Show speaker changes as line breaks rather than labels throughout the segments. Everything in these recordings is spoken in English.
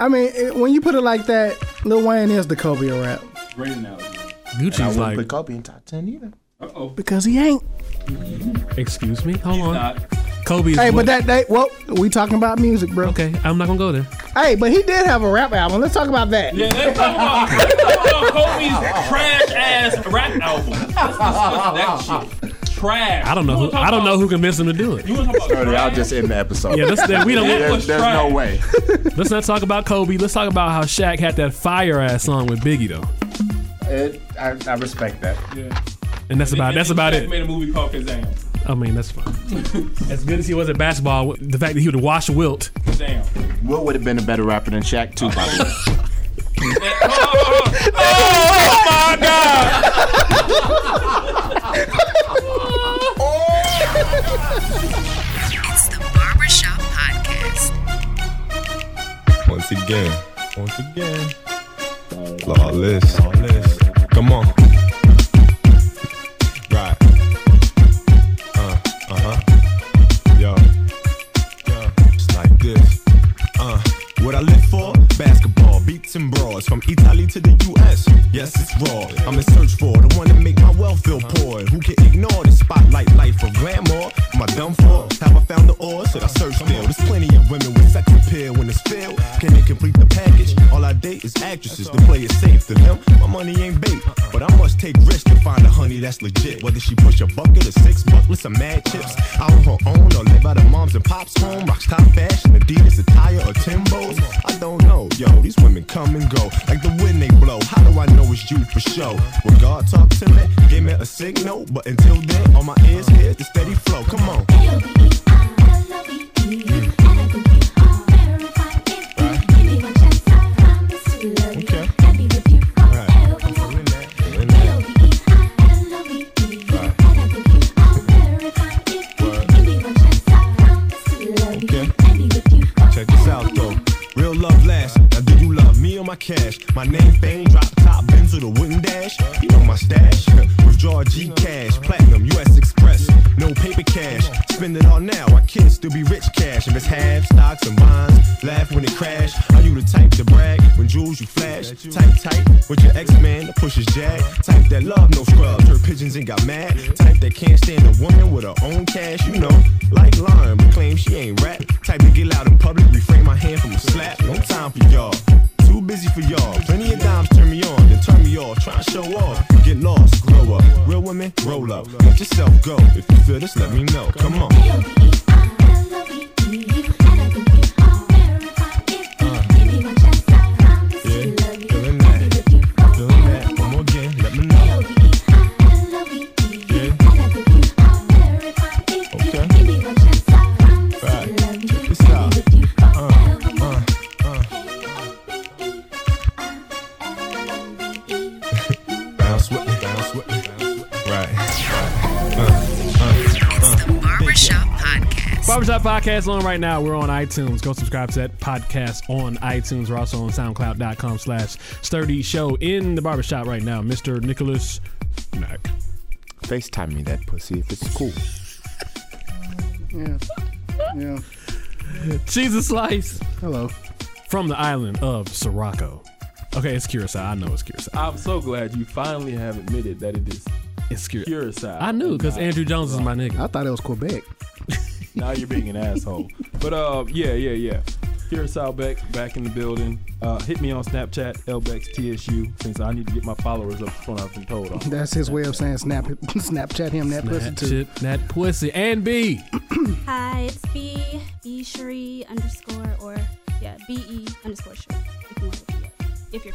I mean, it, when you put it like that, Lil Wayne is the Kobe of rap
Great analogy.
I
Gucci's
wouldn't
like,
put Kobe in top ten either.
Uh oh.
because he ain't.
excuse me, hold
He's
on.
not.
Kobe's
Hey, but
what-
that that well, we talking about music, bro.
okay, I'm not gonna go there.
Hey, but he did have a rap album. Let's talk about that.
Yeah, let's talk about, let's talk about Kobe's trash ass rap album. Let's discuss that shit. Trash.
I don't know.
You
Who,
wanna talk
I don't know
about-
who convinced him to do it.
You want to talk about
Brody, I'll
trash?
just end the episode.
Yeah, let's, that- we don't.
there's, there's
Right.
no way.
Let's not talk about Kobe. Let's talk about how Shaq had that fire ass song with Biggie though,
It, I, I respect that.
and that's about
And
that's
then
about
Shaq
it.
Made a movie called Kazam.
I mean, that's fine. as good as he was at basketball, the fact that he would wash Wilt.
Kazam.
Will would have been a better rapper than Shaq too, by the way.
It's the Barbershop Podcast.
Once again, once again. Lawless, lawless. Come on. Right. Uh, uh huh. Yo. Yeah. It's like this. Uh, what I live for? Basketball, beats and bras from Italy to the US. Yes, it's raw. I'm in search for the one that make my wealth feel poor. Who can ignore the spotlight life of glamour? Am I done for? Have I found the ore? Should I search still? There's plenty of women with sex appeal in this field. Can they complete the package? All I date is actresses. The play is safe to them. My money ain't bait, but I must take risks to find a honey that's legit. Whether she push a bucket or six bucks with some mad chips. Out on her own or live out of mom's and pop's home. Rocks top fashion, Adidas attire or Timbo's. I don't know, yo, these women come and go. Like the wind they blow, how do I know it's you for sure? When God talk to me, give me a signal. But until then, on my ears, here's the steady flow. Come on. Okay. Okay. Check this out though. Real love lasts. Now do you love me or my cash? My name fame, drop top Benz with a wooden dash. You know my stash. Withdraw G cash, platinum U.S. Express. No paper cash. Spend it all now. Our kids still be rich cash. If it's halves, stocks and bonds, laugh when it crash. Are you the type to brag when jewels you flash? Type tight with your X-Man that pushes jag. Type that love no scrub. Turn pigeons and got mad. Type that can't stand a woman with her own cash. You know, like lying, but claim she ain't rap. Type to get loud in public, refrain my hand from a slap. No time for y'all. Too busy for y'all. Plenty of dimes turn me on, then turn me off. Try to show off. Get lost, grow up. Real women, roll up. Let yourself go. If you feel this, let me know. Come on. Feeling that. Feeling that. One more again. Let me know. Bounce with me. Bounce with me. Right.
It's the Barbershop Podcast.
Barbershop Podcast on right now. We're on iTunes. Go subscribe to that podcast on iTunes. We're also on soundcloud.com slash sturdy show in the barbershop right now. Mr. Nicholas Mack.
FaceTime me that pussy if it's cool.
Yeah. Yeah.
Jesus Slice
Hello.
from the island of Sirocco. Okay, it's Curacao. I know it's Curacao.
I'm so glad you finally have admitted that it is
It's Curacao.
pure side.
I knew because Andrew Jones is my nigga.
I thought it was Quebec.
now you're being an asshole. But uh, yeah, yeah, yeah. Here's Salbeck back in the building. Uh, hit me on Snapchat, Lbex TSU, since I need to get my followers up front. I've been told. off.
That's his way of saying snap it, Snapchat him that pussy
That
too.
shit, that pussy. And B.
Hi, it's B B Sheree underscore or yeah B E underscore Sheree. If you want to look it up, if you're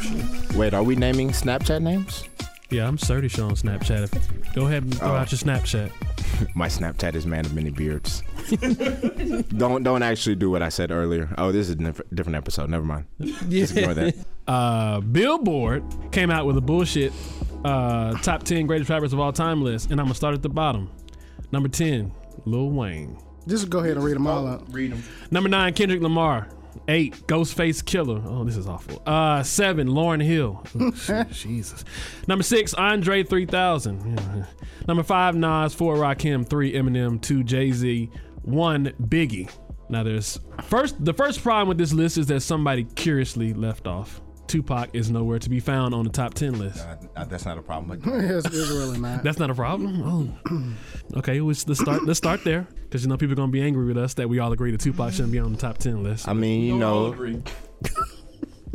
curious.
Wait, are we naming Snapchat names?
Yeah, I'm sturdy show on Snapchat. If- Go ahead and throw
Oh.
out your Snapchat.
My Snapchat is man of many beards. don't don't actually do what I said earlier. Oh, this is a diff- different episode. Never mind. Just ignore that.
uh, Billboard came out with a bullshit uh, top 10 greatest rappers of all time list, and I'm gonna start at the bottom. Number 10, Lil Wayne.
Just go ahead and read them all out.
Read them.
Number 9, Kendrick Lamar. 8, Ghostface Killer. Oh, this is awful. Uh, 7, Lauren Hill. Ooh, Jesus. Number 6, Andre 3000. Yeah. Number 5, Nas. 4, Rakim. 3, Eminem. 2, Jay Z. 1, Biggie. Now there's first the first problem with this list is that somebody curiously left off. Tupac is nowhere to be found on the top ten list.
Uh, uh, that's not a problem. But
It's, it's really not.
That's not a problem. Oh. Okay, let's, let's start. Let's start there because you know people are gonna be angry with us that we all agree that Tupac shouldn't be on the top ten list.
I mean, you
I'll
know,
agree.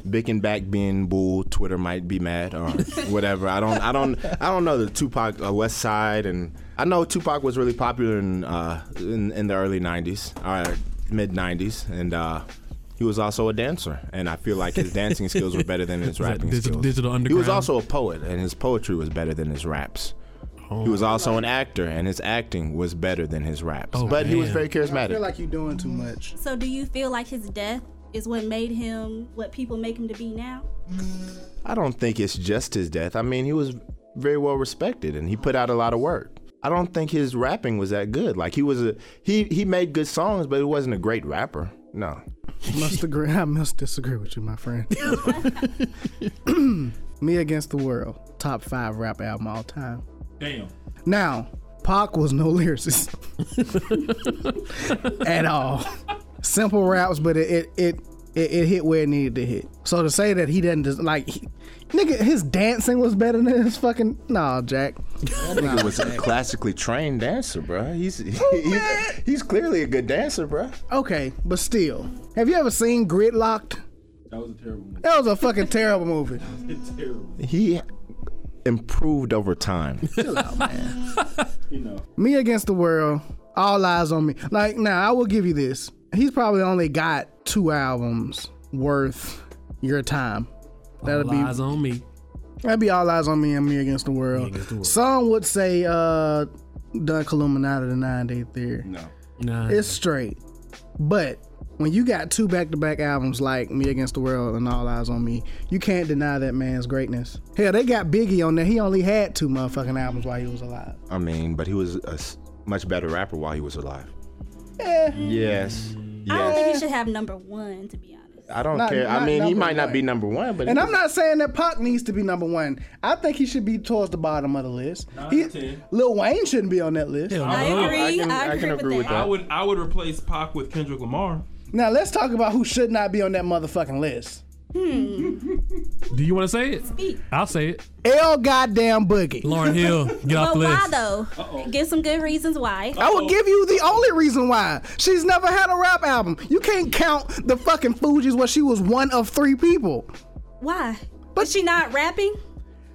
Bick and back being bull, Twitter might be mad or whatever. I don't, I don't, I don't know the Tupac uh, West Side, and I know Tupac was really popular in uh, in, in the early '90s or mid '90s, and uh, he was also a dancer. And I feel like his dancing skills were better than his rapping
digi-
skills.
digital
He was
underground?
also a poet, and his poetry was better than his raps. He was also an actor, and his acting was better than his raps.
Oh,
but he
man.
was very
I
charismatic.
feel like you're doing too much.
So, do you feel like his death is what made him what people make him to be now?
I don't think it's just his death. I mean, he was very well respected and he put out a lot of work. I don't think his rapping was that good. Like he was a he he made good songs, but he wasn't a great rapper. No.
Must agree. I must disagree with you, my friend. Me Against the World, top five rap album all time.
Damn.
Now, Pac was no lyricist at all. Simple raps, but it it, it it it hit where it needed to hit. So to say that he doesn't just like he, nigga, his dancing was better than his fucking nah, Jack.
He was a classically trained dancer, bro. He's
Oh,
he's, he's clearly a good dancer, bro.
Okay, but still, have you ever seen Gridlocked?
That was a terrible movie.
That was a fucking terrible movie.
terrible.
He improved over time.
You know.
Me Against the World, All Eyes on Me. Like now, I will give you this. He's probably only got two albums worth your time. That'll be
Lies on me.
That'd be all eyes on me and me against the world. Some would say uh Dun Illuminati the nine day theory.
Nah.
It's straight. But when you got two back to back albums like Me Against the World and All Eyes on Me, you can't deny that man's greatness. Hell, they got Biggie on there. He only had two motherfucking albums while he was alive.
I mean, but he was a s- much better rapper while he was alive.
Eh.
Yes.
I don't
Yes.
think he should have number one, to be honest.
I don't
Not-
care. I
not
mean, he
number
might not
one.
be number one, but
And
he
I'm
was-
not saying that Pac needs to be number one. I think he should be towards the bottom of the list.
to
He,
ten.
Lil Wayne shouldn't be on that list.
Hell
I
no.
agree.
I can-
I
I
agree
can
with
agree
that.
with
I would I would replace Pac with Kendrick Lamar.
Now let's talk about who should not be on that motherfucking list.
Do you want to say it?
Speak.
I'll say it.
L goddamn Boogie.
Lauren Hill, get off
But
the
why
list.
though? Give some good reasons why.
I will give you the only reason why. She's never had a rap album. You can't count the fucking Fugees where she was one of three people.
Why? But she not rapping.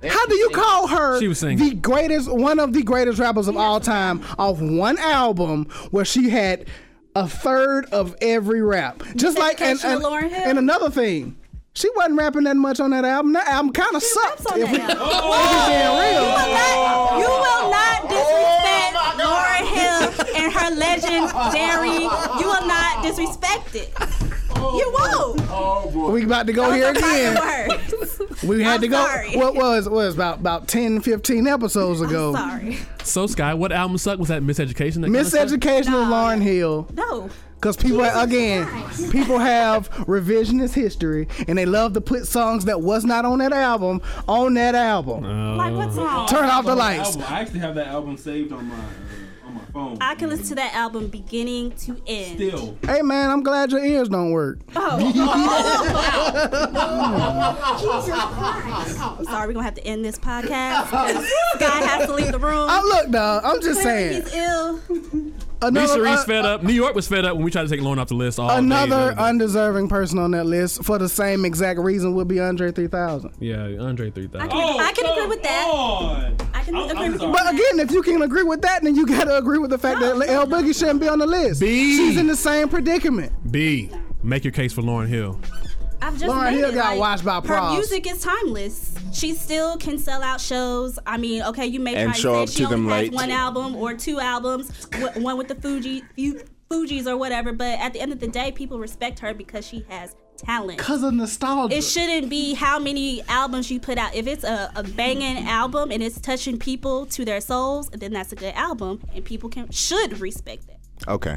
How do you call her
She was singing.
the greatest, one of the greatest rappers of all time off one album where she had a third of every rap? Just
said
like, and,
Kesha
and,
Lauren Hill?
and another thing. She wasn't rapping that much on that album. That album kind of
She
sucked.
raps on
if
that
we-
album.
if we being real.
You will not- You will
Oh,
not disrespect Lauryn Hill and her legendary. You will not disrespect it. You won't.
We about to go here again. We had
I'm
to go.
sorry.
What was was about about 10, 15 episodes ago.
Sorry.
So Sky, what album sucked? Was that Miseducation? That kinda sucked?
Miseducation of
No.
Lauren Hill.
No.
Because people, again, people have revisionist history and they love to put songs that was not on that album on that album.
Uh-huh.
Like what's
Uh,
wrong?
Turn off the
That
lights.
album. I actually have that album saved on my uh, on my phone.
I can listen to that album beginning to end.
Still.
Hey man, I'm glad your ears don't work.
I'm sorry, we're gonna have to end this podcast. 'cause Guy has to leave the room.
I Uh, look, dog. I'm just saying.
He's ill.
Another,
Lisa Ree's
uh,
fed up. New York was fed up when we tried to take Lauren off the list. All day,
another
every day.
undeserving person on that list for the same exact reason would be Andre 3000.
yeah, Andre three
I
thousand. Oh,
can, I can agree
come
with that.
on.
I can
Oh, I'm-
agree
I'm
with
sorry.
you.
But again, if you can agree with that, then you gotta agree with the fact that L Boogie shouldn't be on the list.
B.
She's in the same predicament.
B, make your case for Lauren Hill.
I've just
Lauryn
made
Hill
it,
got
like,
watched by
Her
Proz.
music is timeless. She still can sell out shows. I mean, okay, you may
And
probably
show
say
up
she
to
only
them
has
late.
one album or two albums, wh- one with the Fuji, Fu- Fugees or whatever. But at the end of the day, people respect her because she has talent.
Cause of nostalgia.
It shouldn't be how many albums you put out. If it's a, a banging album and it's touching people to their souls, then that's a good album, and people can should respect that.
Okay.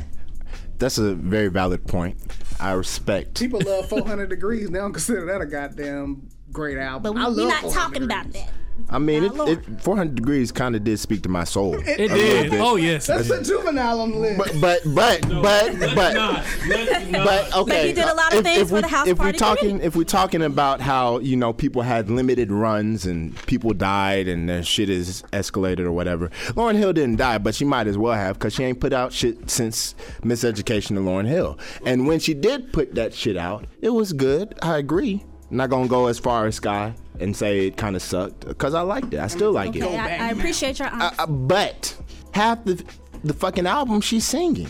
That's a very valid point. I respect.
People love 400 degrees. They don't consider that a goddamn great album.
But we,
I
we're
love
not
400
talking about
Degrees.
that.
I mean,
Now,
it, it 400 degrees kind of did speak to my soul.
It
a little
did.
bit.
Oh yes.
That's a juvenile on the list.
But but but but but but okay.
But he did a lot of
If-
things
if
for
we-
the house
If we're
party
talking,
committee.
if we're talking about how you know people had limited runs and people died and their shit is escalated or whatever, Lauren Hill didn't die, but she might as well have because she ain't put out shit since Miseducation of Lauren Hill. And when she did put that shit out, it was good. I agree. Not gonna go as far as Sky and say it kind of sucked because I liked it. I still like it.
Okay, I, I appreciate your honesty.
Uh, but half the the fucking album she's singing.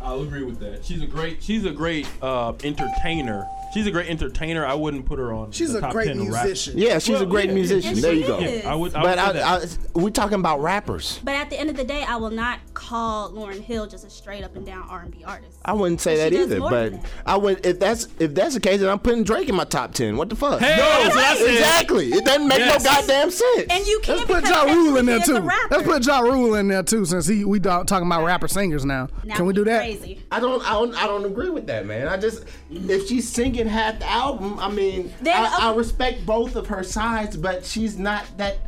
I'll agree with that. She's a great. She's a great uh, entertainer. She's a great entertainer. I wouldn't put her on.
She's
the
a
top
great
10 rap-
musician.
Yeah, she's
Well,
a great
yeah,
musician.
yeah,
there
she
you go.
is.
I would. I
But
would say
I,
that.
I, we're talking about rappers.
But at the end of the day, I will not call Lauren Hill just a straight up and down R and B artist.
I wouldn't say
She
that
does
either.
more
But
than that.
I would if that's if that's the case, then I'm putting Drake in my top ten. What the fuck?
Hey, that's what I said.
exactly. It doesn't make
Yes.
no goddamn sense.
And you
Let's
can't
put
because
Ja Rule in there
technically
too.
it's a
Let's
rapper.
put Ja Rule in there too, since he we dog, talking about rapper singers now.
Now
Can we do
he's
that?
Crazy.
I don't, I don't, I don't agree with that, man. I just, if she's singing half the album, I mean,
Then,
I, I
okay.
respect both of her sides, but she's not that,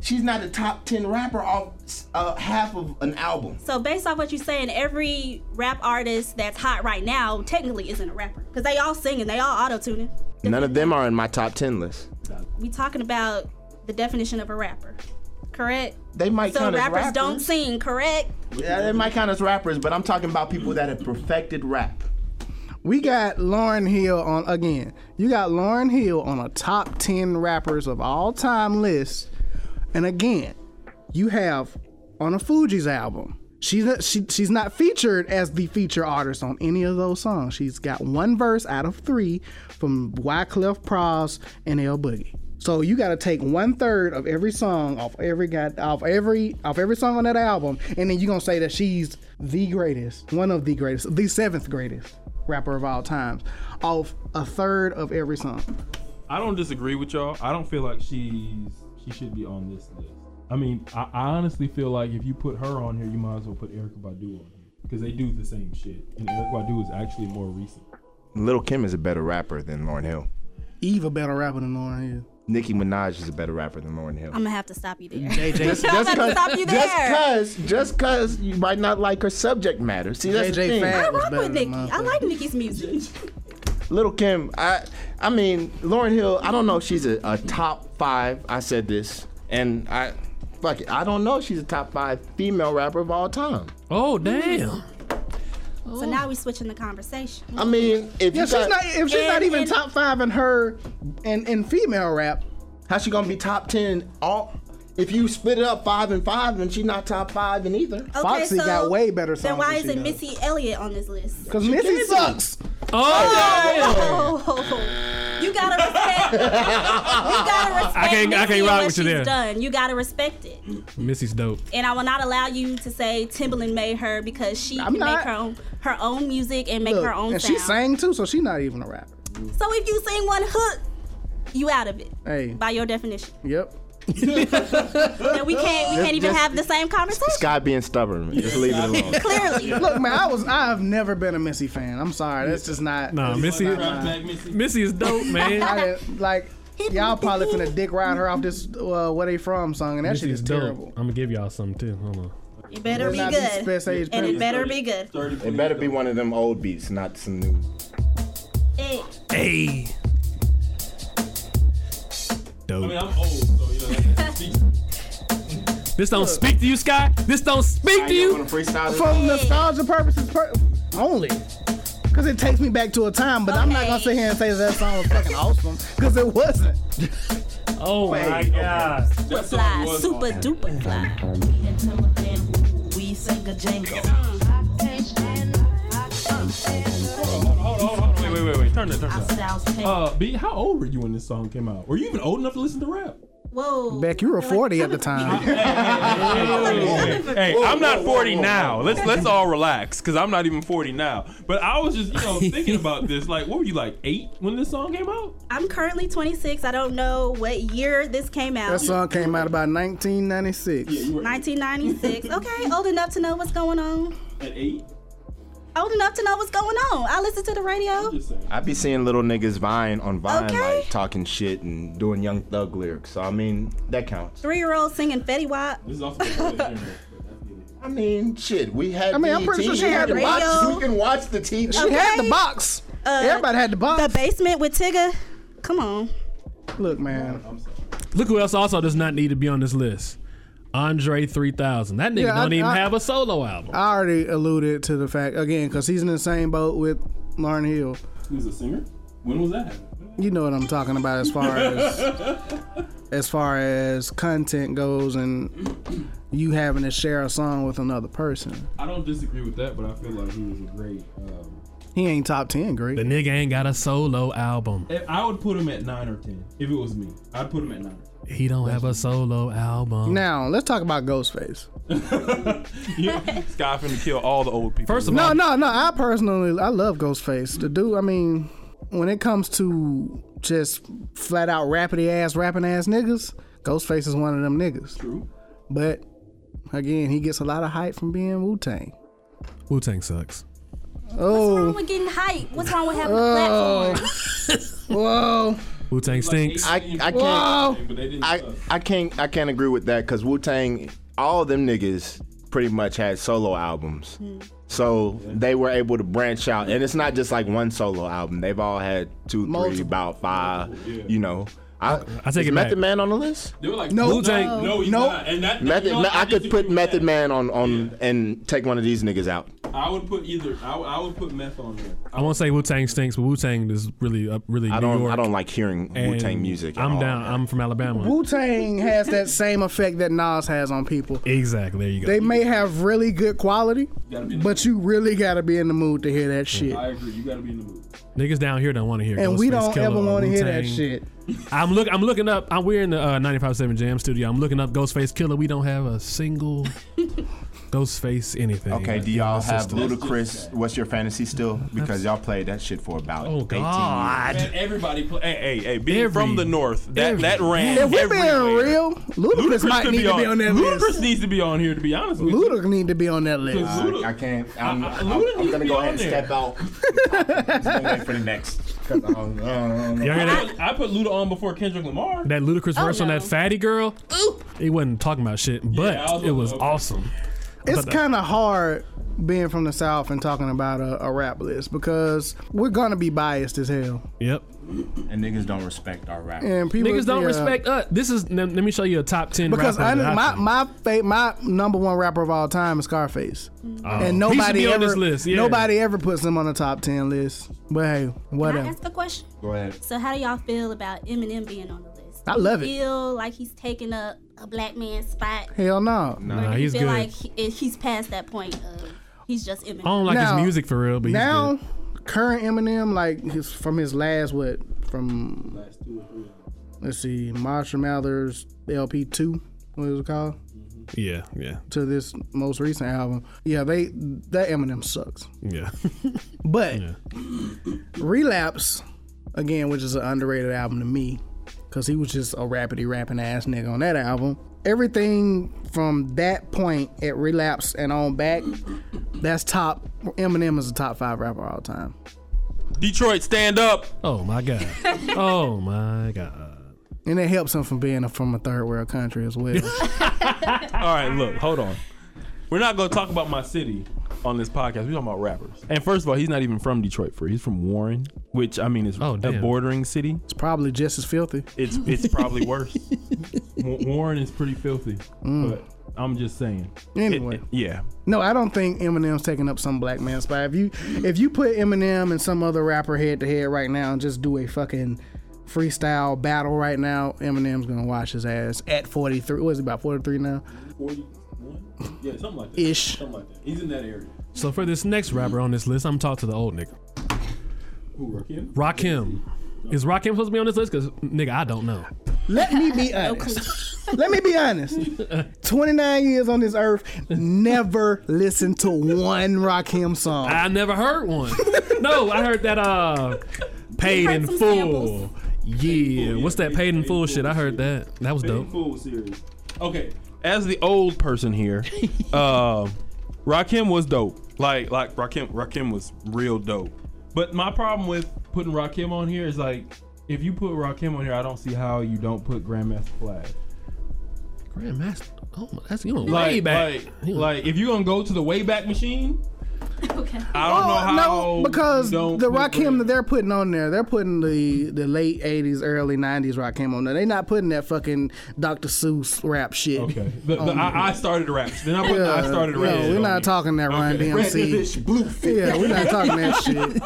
she's not a top ten rapper off uh, half of an album.
So based off what you're saying, every rap artist that's hot right now technically isn't a rapper because they all singing, they all auto tuning.
None of them are in my top ten list.
We talking about the definition of a rapper, correct?
They might
So
count as
rappers, don't
rappers.
sing, correct?
Yeah, they might count as rappers, but I'm talking about people that have perfected rap.
We got Lauren Hill on again. You got Lauren Hill on a top ten rappers of all time list, and again, you have on a Fuji's album. She's not, she, she's not featured as the feature artist on any of those songs. She's got one verse out of three from Wyclef Pros and L Boogie. So you got to take one third of every song off every got off every off every song on that album, and then you are gonna say that she's the greatest, one of the greatest, the seventh greatest rapper of all times, off a third of every song.
I don't disagree with y'all. I don't feel like she's she should be on this list. I mean, I, I honestly feel like if you put her on here, you might as well put Erica Badu on here because they do the same shit, and Erica Badu is actually more recent.
Little Kim is a better rapper than Lauren Hill.
Eve a better rapper than Lauren Hill.
Nicki Minaj is a better rapper than Lauren Hill.
I'm gonna have to stop you there.
JJ,
I'm gonna have to stop you there.
just cause you might not like her subject matter. See, that's the
JJ
thing.
Fad
I
was
rock
better
with
than
Nicki. I
motherfucker.
like Nicki's music.
Little Kim, I, I mean, Lauren Hill. I don't know if she's a, a top five. I said this, and I, fuck it, I don't know if she's a top five female rapper of all time.
Oh damn.
So now we switching the conversation.
I mean, if
Yeah,
you
she's
got-
not. If she's not
And-
even
and-
top five in her in in female rap,
How's she gonna be top ten? All if you split it up five and five, then she's not top five in either.
Foxy got way better
Then
songs
why
than she
isn't
does.
Missy Elliott on this list?
because Missy sucks.
Oh.
Oh, you gotta respect. you gotta respect.
I can't- I
Missy
can't
and
rock
what
with you
she's
there.
Done. You gotta respect it.
Missy's dope.
And I will not allow you to say Timbaland made her because she
I'm
can
not.
make her own, her own music and make
Look,
her own
and
sound.
she sang too, so she's not even a rapper.
So if you sing one hook, you out of it
Hey,
by your definition.
yep.
And we can't we can't even
just-
have the same conversation.
Sky being stubborn. man. Just leave it alone.
Clearly,
Look, man, I was I've never been a Missy fan. I'm sorry, that's just not.
Nah,
that's just
Missy-
not mine.
Missy is dope, man.
I didn't- like y'all probably finna dick ride her off this uh, "Where They From" song, and that shit
Missy's
is
dope.
terrible.
I'm gonna give y'all some too. Hold on.
it better be
Not these
good.
best age
And
people.
it better be good.
It better be one of them old beats, not some new.
Hey,
Hey.
I mean, I'm old, so you know. That speaks.
This don't speak to you, Sky. This don't speak to you.
For nostalgia purposes per- only. Cause it takes me back to a time, but I'm not
Okay.
gonna sit here and say that song was fucking awesome, cause it wasn't.
Oh my god.
super fly, super duper fly.
We sing a jingle.
Hold on, hold on, wait, wait, wait, wait. Turn that, turn that.
Styles
Uh, B, how old were you when this song came out? Were you even old enough to listen to rap?
Whoa.
Beck, you were 40 at the time.
Hey, I'm not 40 now. Let's let's all relax, cause I'm not even 40 now. But I was just, you know, thinking about this. Like, what were you like eight when this song came out?
I'm currently 26. I don't know what year this came out.
That song came out about 1996.
you were
1996. Okay, old enough to know what's going on.
at eight.
old enough to know what's going on. I listen to the radio.
Just saying.
I be seeing little niggas Vine on Vine,
Okay.
like talking shit and doing Young Thug lyrics. So I mean, that counts.
Three year old singing Fetty Wap.
This is also the part that you're in, but that's the
I mean, shit. We had.
I mean, I'm pretty sure
BET,
she
we
had
can
the
watch-
radio.
We can watch the TV.
She had the
Okay.
box.
Uh,
Everybody had the box.
The basement with Tigger. Come on.
Look, man.
I'm sorry.
Look who else also does not need to be on this list. Andre 3000. That nigga
Yeah, I-
don't even
I-
have a solo album.
I already alluded to the fact again because he's in the same boat with Lauren Hill.
He was a singer? When was that?
You know what I'm talking about as far as as far as content goes and you having to share a song with another person.
I don't disagree with that, but I feel like he was a great. Um,
He ain't top ten,
the
great.
nigga ain't got a solo album.
if- I would put him at nine or ten if it was me. I'd put him at nine.
He don't have a solo album.
Now let's talk about Ghostface.
Yeah. Sky finna kill all the old people.
First of
No,
all,
no, no. I personally, I love Ghostface. The dude, I mean, when it comes to just flat out rapidy ass rapping ass niggas, Ghostface is one of them niggas.
True.
But again, he gets a lot of hype from being Wu Tang.
Wu Tang sucks.
What's wrong
Oh,
with getting hype? What's wrong with having a platform?
whoa,
Wu Tang stinks.
I, I can't.
whoa.
But they didn't. uh,
I,
suck.
I can't I can't agree with that because Wu Tang, all of them niggas pretty much had solo albums, so they were able to branch out, and it's not just like one solo album. They've all had two, three,
Multiple.
about five.
yeah.
You know, I,
I take
is
it
Method
back.
Man on the list.
They were like,
No.
Wu-Tang-
no, no, he's
Nope.
not. And that,
Method,
you know,
I could
disagree
put
with
Method
that.
Man on on and take one of these niggas out.
I would put either. I, would- I would put meth on there.
I won't say Wu Tang stinks, but Wu Tang is really up, really
I
New
don't
York.
I don't like hearing
and
Wu Tang music. at
I'm
all.
down. I'm from Alabama.
Wu Tang has that same effect that Nas has on people.
exactly. There you go.
They may have really good quality,
Gotta be in the
but you really gotta be in the mood to hear that shit.
I agree. You gotta be in the mood.
Niggas down here don't want to hear.
And we
Ghostface
don't
Killer
ever
or
want to hear that
Wu-Tang.
shit.
I'm look. I'm looking up. I'm, we're in the uh, 95.7 Jam Studio. I'm looking up Ghostface Killer. We don't have a single Ghostface anything.
Okay,
Like,
do
in
y'all
the
have
system.
Ludacris? What's your fantasy still? Because y'all played that shit for about
Oh
18 years.
God.
Man, everybody play. Hey, hey, hey. Being
Every-
from the north, that
every-
that ran
If we're being
everywhere.
real, Ludacris,
Ludacris
might
could
need to be on that
Ludacris
list.
needs to be on here, to be honest with you.
Ludacris need to be on that list.
Cause
I, I can't. I'm,
I- I-
I'm,
Luda
I'm
needs to
gonna
be
go
on
ahead and
there.
step out. I'm just gonna wait for the next. 'cause I don't- I don't- I don't know.
Y'all hear that?
I, I put Luda on before Kendrick Lamar.
That ludicrous
Oh,
verse on
no.
that fatty girl. Oop. He wasn't talking about shit, but
I was
it was
looking-
awesome.
It's
But-
kind of hard being from the South and talking about a, a rap list because we're gonna be biased as hell.
Yep.
And niggas don't respect our rap.
And people
Niggas don't
yeah.
respect us. This is. Let let me show you a top ten.
uh, because
rapper
I,
that I
my
think.
my fa- my number one rapper of all time is Scarface,
Oh. He should
and nobody
be on
ever
this list, yeah.
nobody ever puts him on the top ten list. But hey,
Can I
whatever.
ask a question?
Go ahead.
So, how do y'all feel about Eminem being on the list?
I love it.
Feel like he's taking up a black man's spot?
Hell no.
Or
Nah,
do you
he's
feel
good.
like he, he's past that point of he's just Eminem?
I don't like
Now-
his music for real, but he's
Now,
good.
current Eminem, like his from his last what from
Last two or three.
let's see, Marshall Mathers LP two, what is it called?
Yeah, yeah,
To this most recent album, yeah, they that Eminem sucks.
yeah.
But
Yeah.
Relapse, again, which is an underrated album to me, because he was just a rapidy rapping ass nigga on that album. Everything from that point at Relapse and on back, that's top. Eminem is a top five rapper all time.
Detroit, stand up.
oh my god. Oh my god.
And it helps him from being a, from a third world country as well.
All right, look, hold on. We're not gonna talk about my city on this podcast. We're talking about rappers. And first of all, he's not even from Detroit. For he's from Warren, which I mean is
Oh,
a
damn.
bordering city.
it's probably just as filthy.
It's it's probably worse. Wa- Warren is pretty filthy, but I'm just saying. It-
Anyway.
it- yeah,
No, I don't think Eminem's taking up some black man's spot. If you if you put Eminem and some other rapper head to head right now and just do a fucking freestyle battle right now, Eminem's gonna wash his ass at 43. What is he about 43 now?
41? Yeah, something like that.
Ish.
Something like that. He's in that area.
So for this next rapper on this list, I'm talking to the old nigga.
Who, Rakim?
Rakim. Is Rakim supposed to be on this list? Cause nigga, I don't know.
Let me be honest. Let me be honest. 29 years on this earth, never listened to one Rakim song.
I never heard one. no, I heard that uh paid
heard
in
some
full.
samples.
Yeah. What's that paid in full shit? I heard that. That was dope.
Fool series. Okay, as the old person here, uh, Rakim was dope. Like like Rakim Rakim was real dope. But my problem with putting Rakim on here is like if you put Rakim on here, I don't see how you don't put Grandmaster Flash.
Grandmaster. Oh, my- that's you know,
Like
way back.
like
You know,
like if you're gonna go to the Wayback Machine,
Okay.
I don't know how
Oh, no, because
you don't
the
put
Rakim that they're putting on there, they're putting the the late '80s, early '90s Rakim on there. They're not putting that fucking Dr. Seuss rap shit.
Okay. The, the, I, I started raps. Then I put
Oh, Yeah,
I started raps.
No, we're not talking that Run
Okay.
DMC. Yeah, we're not talking that shit.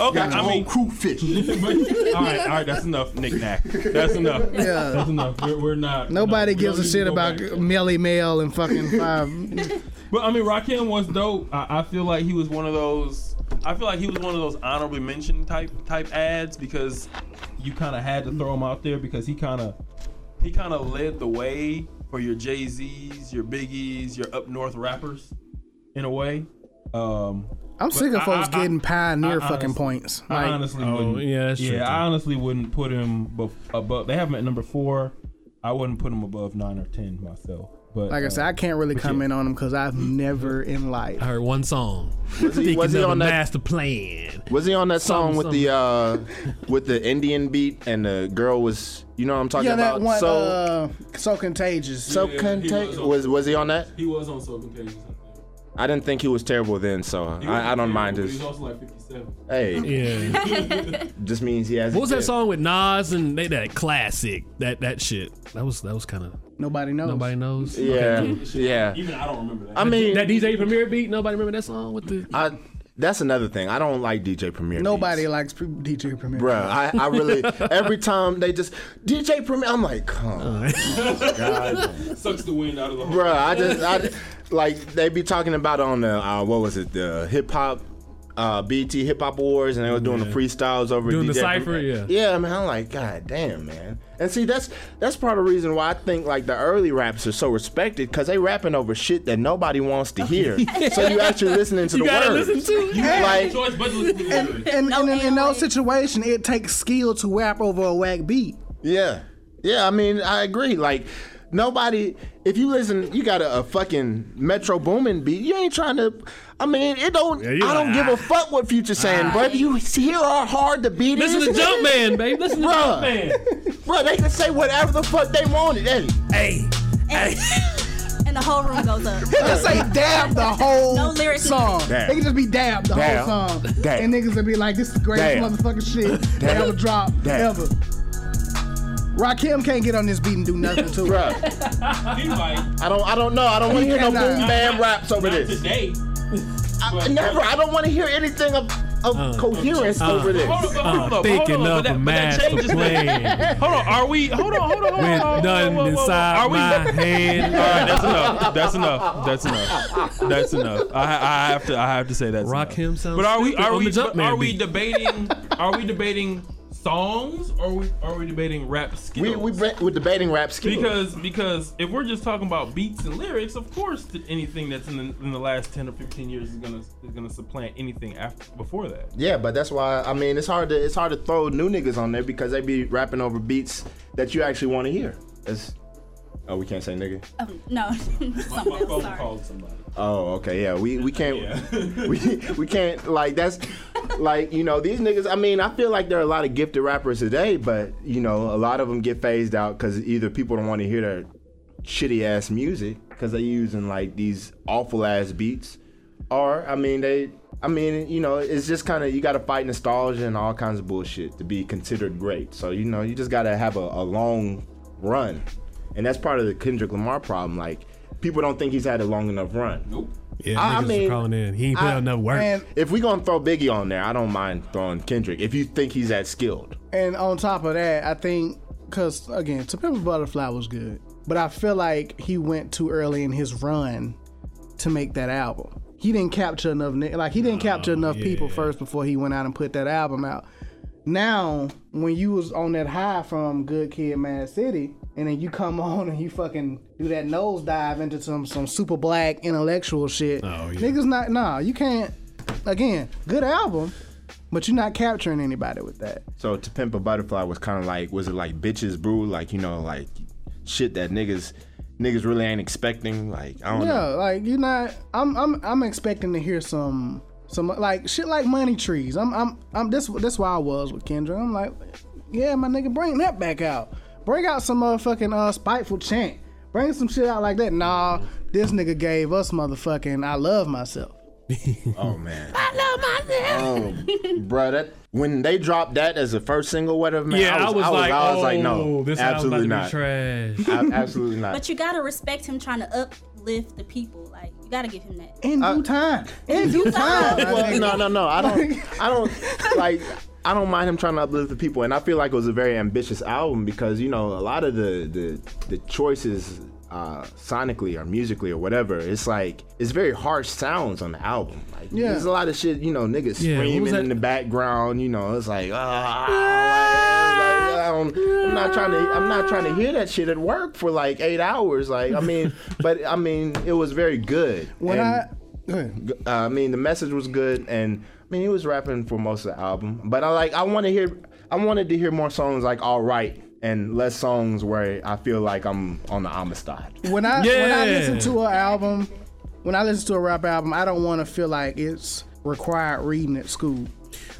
Okay, I mean crew fish. all right, all right, that's enough, Nick Nack. That's enough.
Yeah.
That's enough. We're, we're not.
Nobody
no, we
gives a
don't
shit
need to go
about
back.
Melly Mel and fucking five.
But I mean, Rakim was dope. I, I feel like he was one of those. I feel like he was one of those honorably mentioned type type ads because you kind of had to throw him out there because he kind of he kind of led the way for your Jay Z's, your Biggies, your up north rappers, in a way. Um,
I'm sick of
I-
folks
I-
getting pioneer
I
fucking
honestly-
points.
I
Like,
honestly
Oh,
wouldn't.
yeah, that's true,
yeah.
too.
I honestly wouldn't put him bef- above. They have him at number four. I wouldn't put him above nine or ten myself. But uh,
like I said, I can't really comment on them because I've never in life.
I heard one song.
Was he, was he
Another
on that?
master plan?
Was he on that song
Something,
with the uh, with the Indian beat and the girl was? You know what I'm talking
Yeah, that
about?
one.
so
uh, so contagious.
so
Yeah, he
contagious.
was on-
Was was he on that?
he was on so contagious.
I didn't think he was terrible then, so I, I don't mind his.
also like fifty-seven.
Hey,
Yeah.
just means he has.
What was that song with Nas and they that classic that that shit? That was that was kind of
Nobody knows.
nobody knows.
Yeah, yeah.
Even I don't remember that.
I mean,
That DJ Premier beat. Nobody remember that song with the.
I, that's another thing. I don't like DJ Premier.
Nobody
beats.
likes pre- DJ Premier.
Bruh, I, I really every time they just DJ Premier, I'm like, come, on, God.
sucks the wind out of the.
bruh. I just, I like they be talking about on the uh, what was it, the hip hop, uh, BT Hip Hop Awards, and they were doing the freestyles over
Doing
DJ
the cypher,
Premier.
yeah.
yeah. Man, I'm like, god damn, man. And see, that's that's part of the reason why I think like the early raps are so respected because they rapping over shit that nobody wants to hear. so you actually listening to the
gotta
words.
listen to it.
You like,
choice, but listen to the lyrics.
And,
No
and in, in
AOA.
those situations, it takes skill to rap over a whack beat.
Yeah. Yeah, I mean, I agree. Like, nobody, if you listen, you got a, a fucking Metro Boomin beat, you ain't trying to, I mean, it don't,
Yeah,
I
you
don't
like,
give a
ah.
fuck what Future saying, bruh. If You hear how hard the beat
Listen
is?
to Jumpman, babe. Listen to
Bruh,
Jumpman.
bruh, they can say whatever the fuck they wanted. Hey,
Hey,
And, and the whole room goes up.
They just say dab the whole
No lyrics
song.
needed.
They can just be dab the
Dab.
whole song.
Dab.
And niggas will be like, this is the greatest
Dab.
motherfucking shit they
Dab.
ever dropped
Dab.
ever. Rakim can't get on this beat and do nothing to it.
bruh,
He like
I don't, I don't know. I don't want to hear no boom
cannot.
bam raps over this.
today.
I, never. I don't want to hear anything of, of
Uh,
coherence over this.
Hold on, but hold on, but
thinking
hold on, but
of
that- but that
a master
changes
plan.
Hold on, are we? Hold on, hold on, hold
Went
on. hold on,
done
whoa, whoa, whoa.
inside
Are we?
my head.
All right, that's enough. That's enough. That's enough. That's enough. I, I have to. I have to say that.
Rock him sounds
But are we?
stupid
Are
on
we?
the
but
Jumpman
Are we
beat.
debating? Are we debating songs? Or are we? Are we debating rap
We,
skills?
we, bre- we're debating rap skills.
because because if we're just talking about beats and lyrics, of course th- anything that's in the, in the last ten or fifteen years is gonna is gonna supplant anything after before that.
Yeah, but that's why I mean it's hard to it's hard to throw new niggas on there because they be rapping over beats that you actually want to hear. It's, oh, we can't say nigga.
Um, no, something
My phone
else. Sorry.
called somebody.
Oh, okay, yeah, we we can't
Yeah.
we we can't like that's like you know these niggas. I mean, I feel like there are a lot of gifted rappers today, but you know a lot of them get phased out because either people don't want to hear their shitty ass music because they using like these awful ass beats, or I mean they. I mean, you know, it's just kind of you got to fight nostalgia and all kinds of bullshit to be considered great. So you know, you just got to have a, a long run, and that's part of the Kendrick Lamar problem. Like, people don't think he's had a long enough run.
Nope.
Yeah,
I- I
niggas are
mean,
calling in. He ain't put
I-
out enough work.
And
If we gonna throw Biggie on there, I don't mind throwing Kendrick. If you think he's that skilled,
And on top of that, I think because again, To Pimp a Butterfly was good, but I feel like he went too early in his run to make that album. He didn't capture enough ni- like he didn't capture enough people first before he went out and put that album out. Now, when you was on that high from Good Kid, Mad City, and then you come on and you fucking do that nosedive into some some super black intellectual shit.
Oh, yeah.
Niggas not nah, you can't. Again, good album, but you're not capturing anybody with that.
so to pimp a butterfly was kind of like was it like bitches brew like you know like shit that niggas niggas really ain't expecting. Like I don't
Yeah,
know.
like you're not. I'm I'm I'm expecting to hear some some like shit like money trees. I'm I'm I'm this this why I was with Kendra. I'm like, yeah, my nigga, bring that back out. Bring out some motherfucking uh spiteful chant. Bring some shit out like that. Nah, this nigga gave us motherfucking I love myself.
Oh man. I love myself. Oh, bro, that when they dropped that as the first single, whatever. Man,
Yeah,
I was, I was,
like,
I was
oh,
like, no,
this album
absolutely
about to be
not.
trash.
Ab- absolutely not.
But you gotta respect him trying to uplift the people. Like you gotta give him that.
In due time. In due time. my
well,
nigga.
no, no, no. I don't. I don't like. I don't mind him trying to uplift the people, and I feel like it was a very ambitious album because you know a lot of the the, the choices uh, sonically or musically or whatever. It's like it's very harsh sounds on the album. Like
Yeah.
there's a lot of shit you know niggas
Yeah, what was
screaming
that-
in the background. You know it's like ah. like, like, I don't- I'm not trying to. I'm not trying to hear that shit at work for like eight hours. Like I mean, but I mean, it was very good.
When
And-
I go ahead.
uh, I mean, the message was good, and I mean, he was rapping for most of the album. But I like, I want to hear, I wanted to hear more songs like "All Right" and less songs where I feel like I'm on the Amistad.
when I when I
Yeah.
listen to an album, when I listen to a rap album, I don't want to feel like it's required reading at school.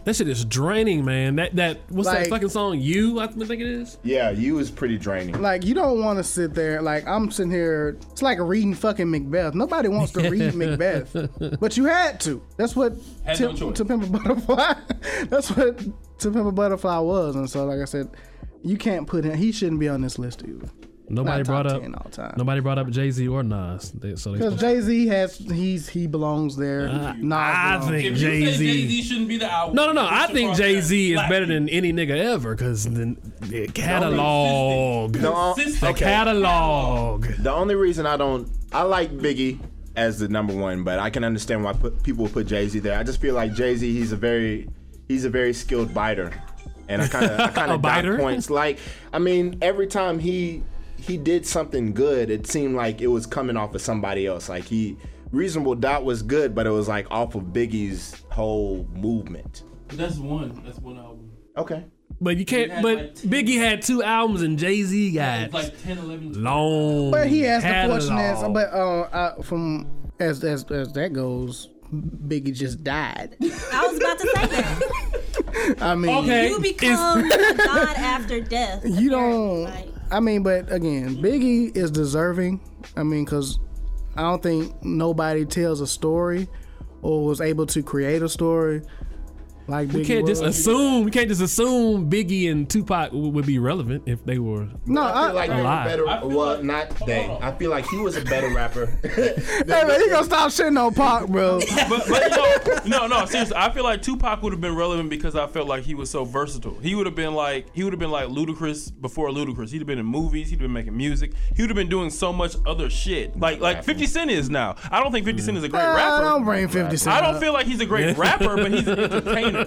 That shit is draining, man. That that what's that
Like-
fucking song? You, I think it is.
Yeah, you was pretty draining.
Like you don't want to sit there. Like I'm sitting here. It's like reading fucking Macbeth. Nobody wants to read Macbeth, but you had to. That's what
Had
to,
no choice.
to Pimp a Butterfly. that's what To Pimp a Butterfly was. And so, like I said, you can't put him. He shouldn't be on this list either.
Nobody
Not
brought
top
up
10 all time.
nobody brought up Jay Z or Nas. They, so they
Because Jay Z has he's he belongs there. Nah,
Uh, I think
If you
Jay
say Jay
Z.
Z shouldn't be the album.
No, no, no.
you
I
should
think
cross that.
Jay Z is
Like,
better than any nigga ever because the, the catalog,
The, on-
the
Consistent.
catalog.
the only reason I don't, I like Biggie as the number one, but I can understand why put, people put Jay Z there. I just feel like Jay Z, he's a very, he's a very skilled biter, and I kind of, I kind
A
of
biter?
got points. Like, I mean, every time he he did something good, it seemed like it was coming off of somebody else. Like he, Reasonable Doubt was good, but it was like off of Biggie's whole movement.
That's one. That's one album.
Okay.
But you
He
can't.
had
But
like ten-
Biggie had two albums and Jay Z got
It's like 10, 11.
long.
But he has the
catalog.
fortune as but uh, I, from as as as that goes, Biggie just died.
I was about to say that.
I mean,
Okay.
You
It's-
become God after death.
you
apparently.
don't. I mean, but again, Biggie is deserving. I mean, because I don't think nobody tells a story or was able to create a story like Biggie.
You can't just
was.
assume. You can't just assume Biggie and Tupac w- would be relevant if they were.
no, I,
feel like
like
they were
Alive.
better.
I feel
Well,
like-
not
hold
they.
on.
I feel like he was a better rapper.
hey man, you gonna stop shitting on Pac, bro?
but, but you know, no, no, seriously, I feel like Tupac would have been relevant because I felt like he was so versatile. He would have been like he would have been like Ludacris before Ludacris. He'd have been in movies. He'd been making music. He would have been doing so much other shit. Like like Fifty Cent is now. I don't think Fifty Cent is a great
I
rapper.
don't bring Fifty Cent.
I don't
up.
feel like he's a great rapper, but he's an entertainer.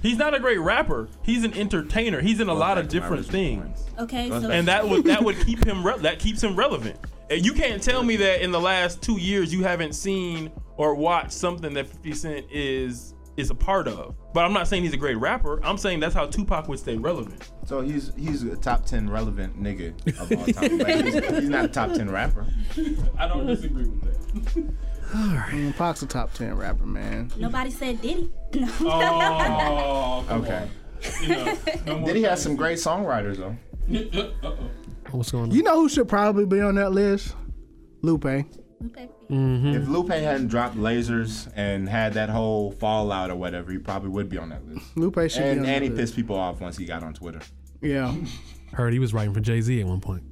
He's not a great rapper. He's an entertainer. He's in a lot of
back to my
different
original
things,
point.
Okay, so
and that would that would keep him re- that keeps him relevant. And you can't tell me that in the last two years you haven't seen or watched something that Fifty Cent is is a part of. But I'm not saying he's a great rapper. I'm saying that's how Tupac would stay relevant.
So he's he's a top ten relevant nigga of all time. Like, he's, he's not a top ten rapper.
I don't disagree with that.
Pac's a top ten rapper, man.
nobody said Diddy. No.
Oh, come
Okay.
on. You know, no more
Did he have some great songwriters though?
Uh-oh.
What's going on?
You know who should probably be on that list? Lupe.
Okay.
Mm-hmm.
If Lupe hadn't dropped Lasers and had that whole fallout or whatever, he probably would be on that list.
Lupe should
And
be on
and he
that list.
pissed people off once he got on Twitter.
Yeah,
Heard he was writing for Jay Z at one point.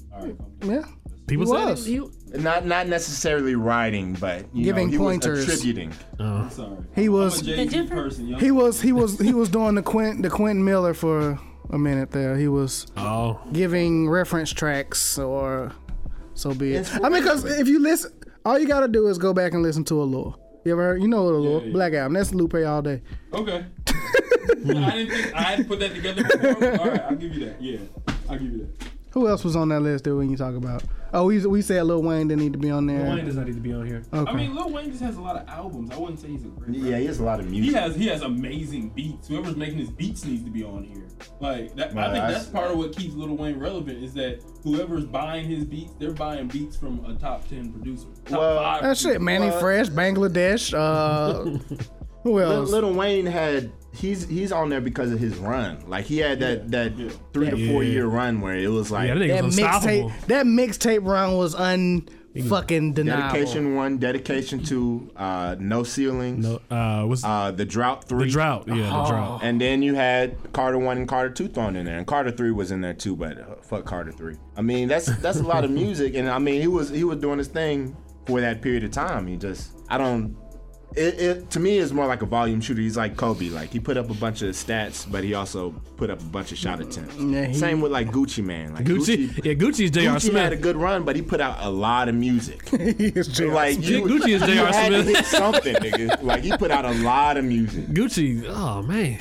yeah.
People
He
said
was.
it.
Not not necessarily writing, but you
Giving
know, he
pointers.
was attributing.
I'm sorry.
He was-
I'm a Jay-Z
The different-
person, yo.
He was he was he was doing the Quint the Quentin Miller for a minute there. He was
Oh,
giving reference tracks or so be it. I mean, because if you listen, all you gotta do is go back and listen to Allure. You ever heard? You know Allure,
Yeah, yeah.
Black Album. That's Lupe all day.
Okay. I didn't think I had put that together before. All right, I'll give you that. Yeah, I'll give you that.
Who else was on that list that we didn't talk about? Oh, we, we said Lil Wayne didn't need to be on there.
Wayne does not need to be on here.
Okay.
I mean, Lil Wayne just has a lot of albums. I wouldn't say he's a great.
Yeah, he has a lot of
He
music.
has he has amazing beats. Whoever's making his beats needs to be on here. Like that,
Nah,
I think
that's-
that's part of what keeps Lil Wayne relevant is that whoever's buying his beats, they're buying beats from a top ten producer. Top
Well,
five
That's
producer.
it. Manny
What?
Fresh, Bangladesh. Uh, who
Uh, Lil,
else?
Lil Wayne had he's he's on there because of his run. Like he had that that
Yeah.
three to four year run where it was like
Yeah, that nigga's
that
unstoppable.
mixtape. That mixtape run was unfucking deniable.
dedication one, dedication two, uh, no ceilings,
No, uh, what's
uh, the drought three,
the drought? Yeah,
Ah.
the drought.
And then you had Carter one and Carter two thrown in there, and Carter three was in there too. But uh, fuck Carter three. I mean, that's that's a lot of music, and I mean he was he was doing his thing for that period of time. He just I don't. It, it to me is more like a volume shooter. He's like Kobe. Like he put up a bunch of stats, but he also put up a bunch of shot attempts.
Yeah, he-
Same with like Gucci Man. Like
Gucci, yeah, Gucci's J.R.
Gucci had a
Smith.
good run, but he put out a lot of music. like you,
Gucci is
you
J.R.
had to
Smith.
hit something, nigga. Like he put out a lot of music.
Gucci, oh man,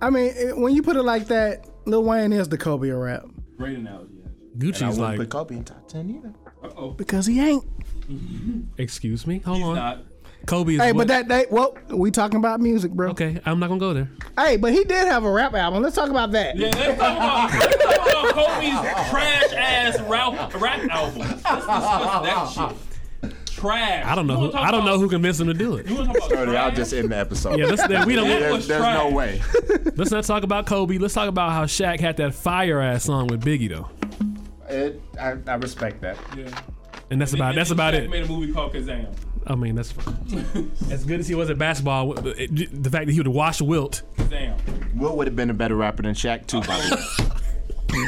I mean, it- when you put it like that, Lil Wayne is the Kobe of rap
Great analogy. actually.
And I
Gucci's
wouldn't
like,
put Kobe in top ten either.
Uh-oh.
because he ain't.
excuse me, hold
He's
on.
not.
Kobe is
Hey, but
what-
that they well, we talking about music, bro.
Okay, I'm not gonna go there.
Hey, but he did have a rap album. Let's talk about that.
Yeah, let's talk about, let's talk about Kobe's trash ass rap, rap album. Let's discuss that shit. Trash.
I don't know. Who, I don't know who convinced him to do it.
You want to talk about
Brody, I'll
trash?
just end the episode.
Yeah, let's, we
That
don't.
was
there's, there's no
trash.
way.
Let's not talk about Kobe. Let's talk about how Shaq had that fire ass song with Biggie though,
It, I, I respect that.
Yeah.
and that's about
And
that's
then
about
Shaq
it.
Made a movie called Kazam.
I mean, that's fine. as good as he was at basketball, w- it- the fact that he would wash Wilt.
Kazam.
Will would have been a better rapper than Shaq too, by the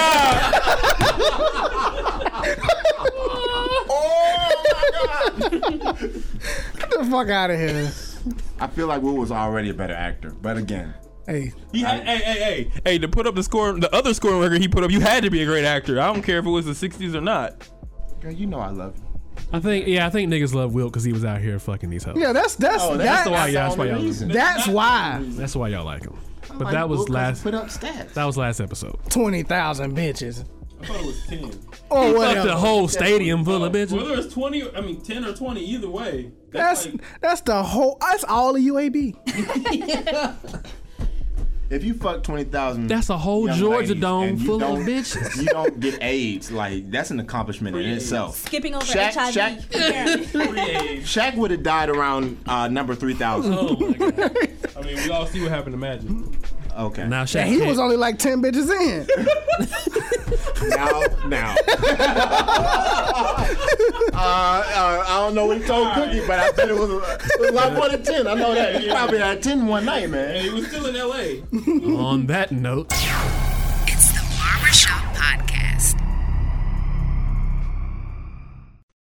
way.
Get the fuck out of here.
I feel like Will was already a better actor, but again,
Hey,
He had, hey, hey, hey, hey! To put up the score, the other scoring record he put up, you had to be a great actor. I don't care if it was the '60s or not.
girl, you know I love you.
I think, yeah, I think niggas love Wilt because he was out here fucking these hoes.
yeah, that's that's
Oh,
that's,
the why
that's,
y'all- that's why y'all-
why
That's why y'all like him. But that was last.
Put up stats.
That was last episode.
twenty thousand bitches
I thought it was ten.
or
Fuck the
whatever.
whole stadium full of bitches.
Whether it's twenty, I mean ten or twenty, either way.
That's
like-
that's the whole. That's all of UAB.
if you fuck twenty thousand,
That's a whole Georgia dome full of bitches.
You don't get AIDS. Like that's an accomplishment in
Free AIDS.
itself.
Skipping over
Shaq-
HIV.
Shaq-
apparently.
Creative.
Shaq would have died around uh, number three thousand.
Oh my god! I mean, we all see what happened to Magic.
Okay.
Now Shaq,
And he
can't-
was only like ten bitches in.
now, now. uh, uh, I don't know what he told Cookie, but I bet it was, it was a lot more than 10. I know that. He probably had 10 one night,
And
man.
he was still in L.A.
on that note.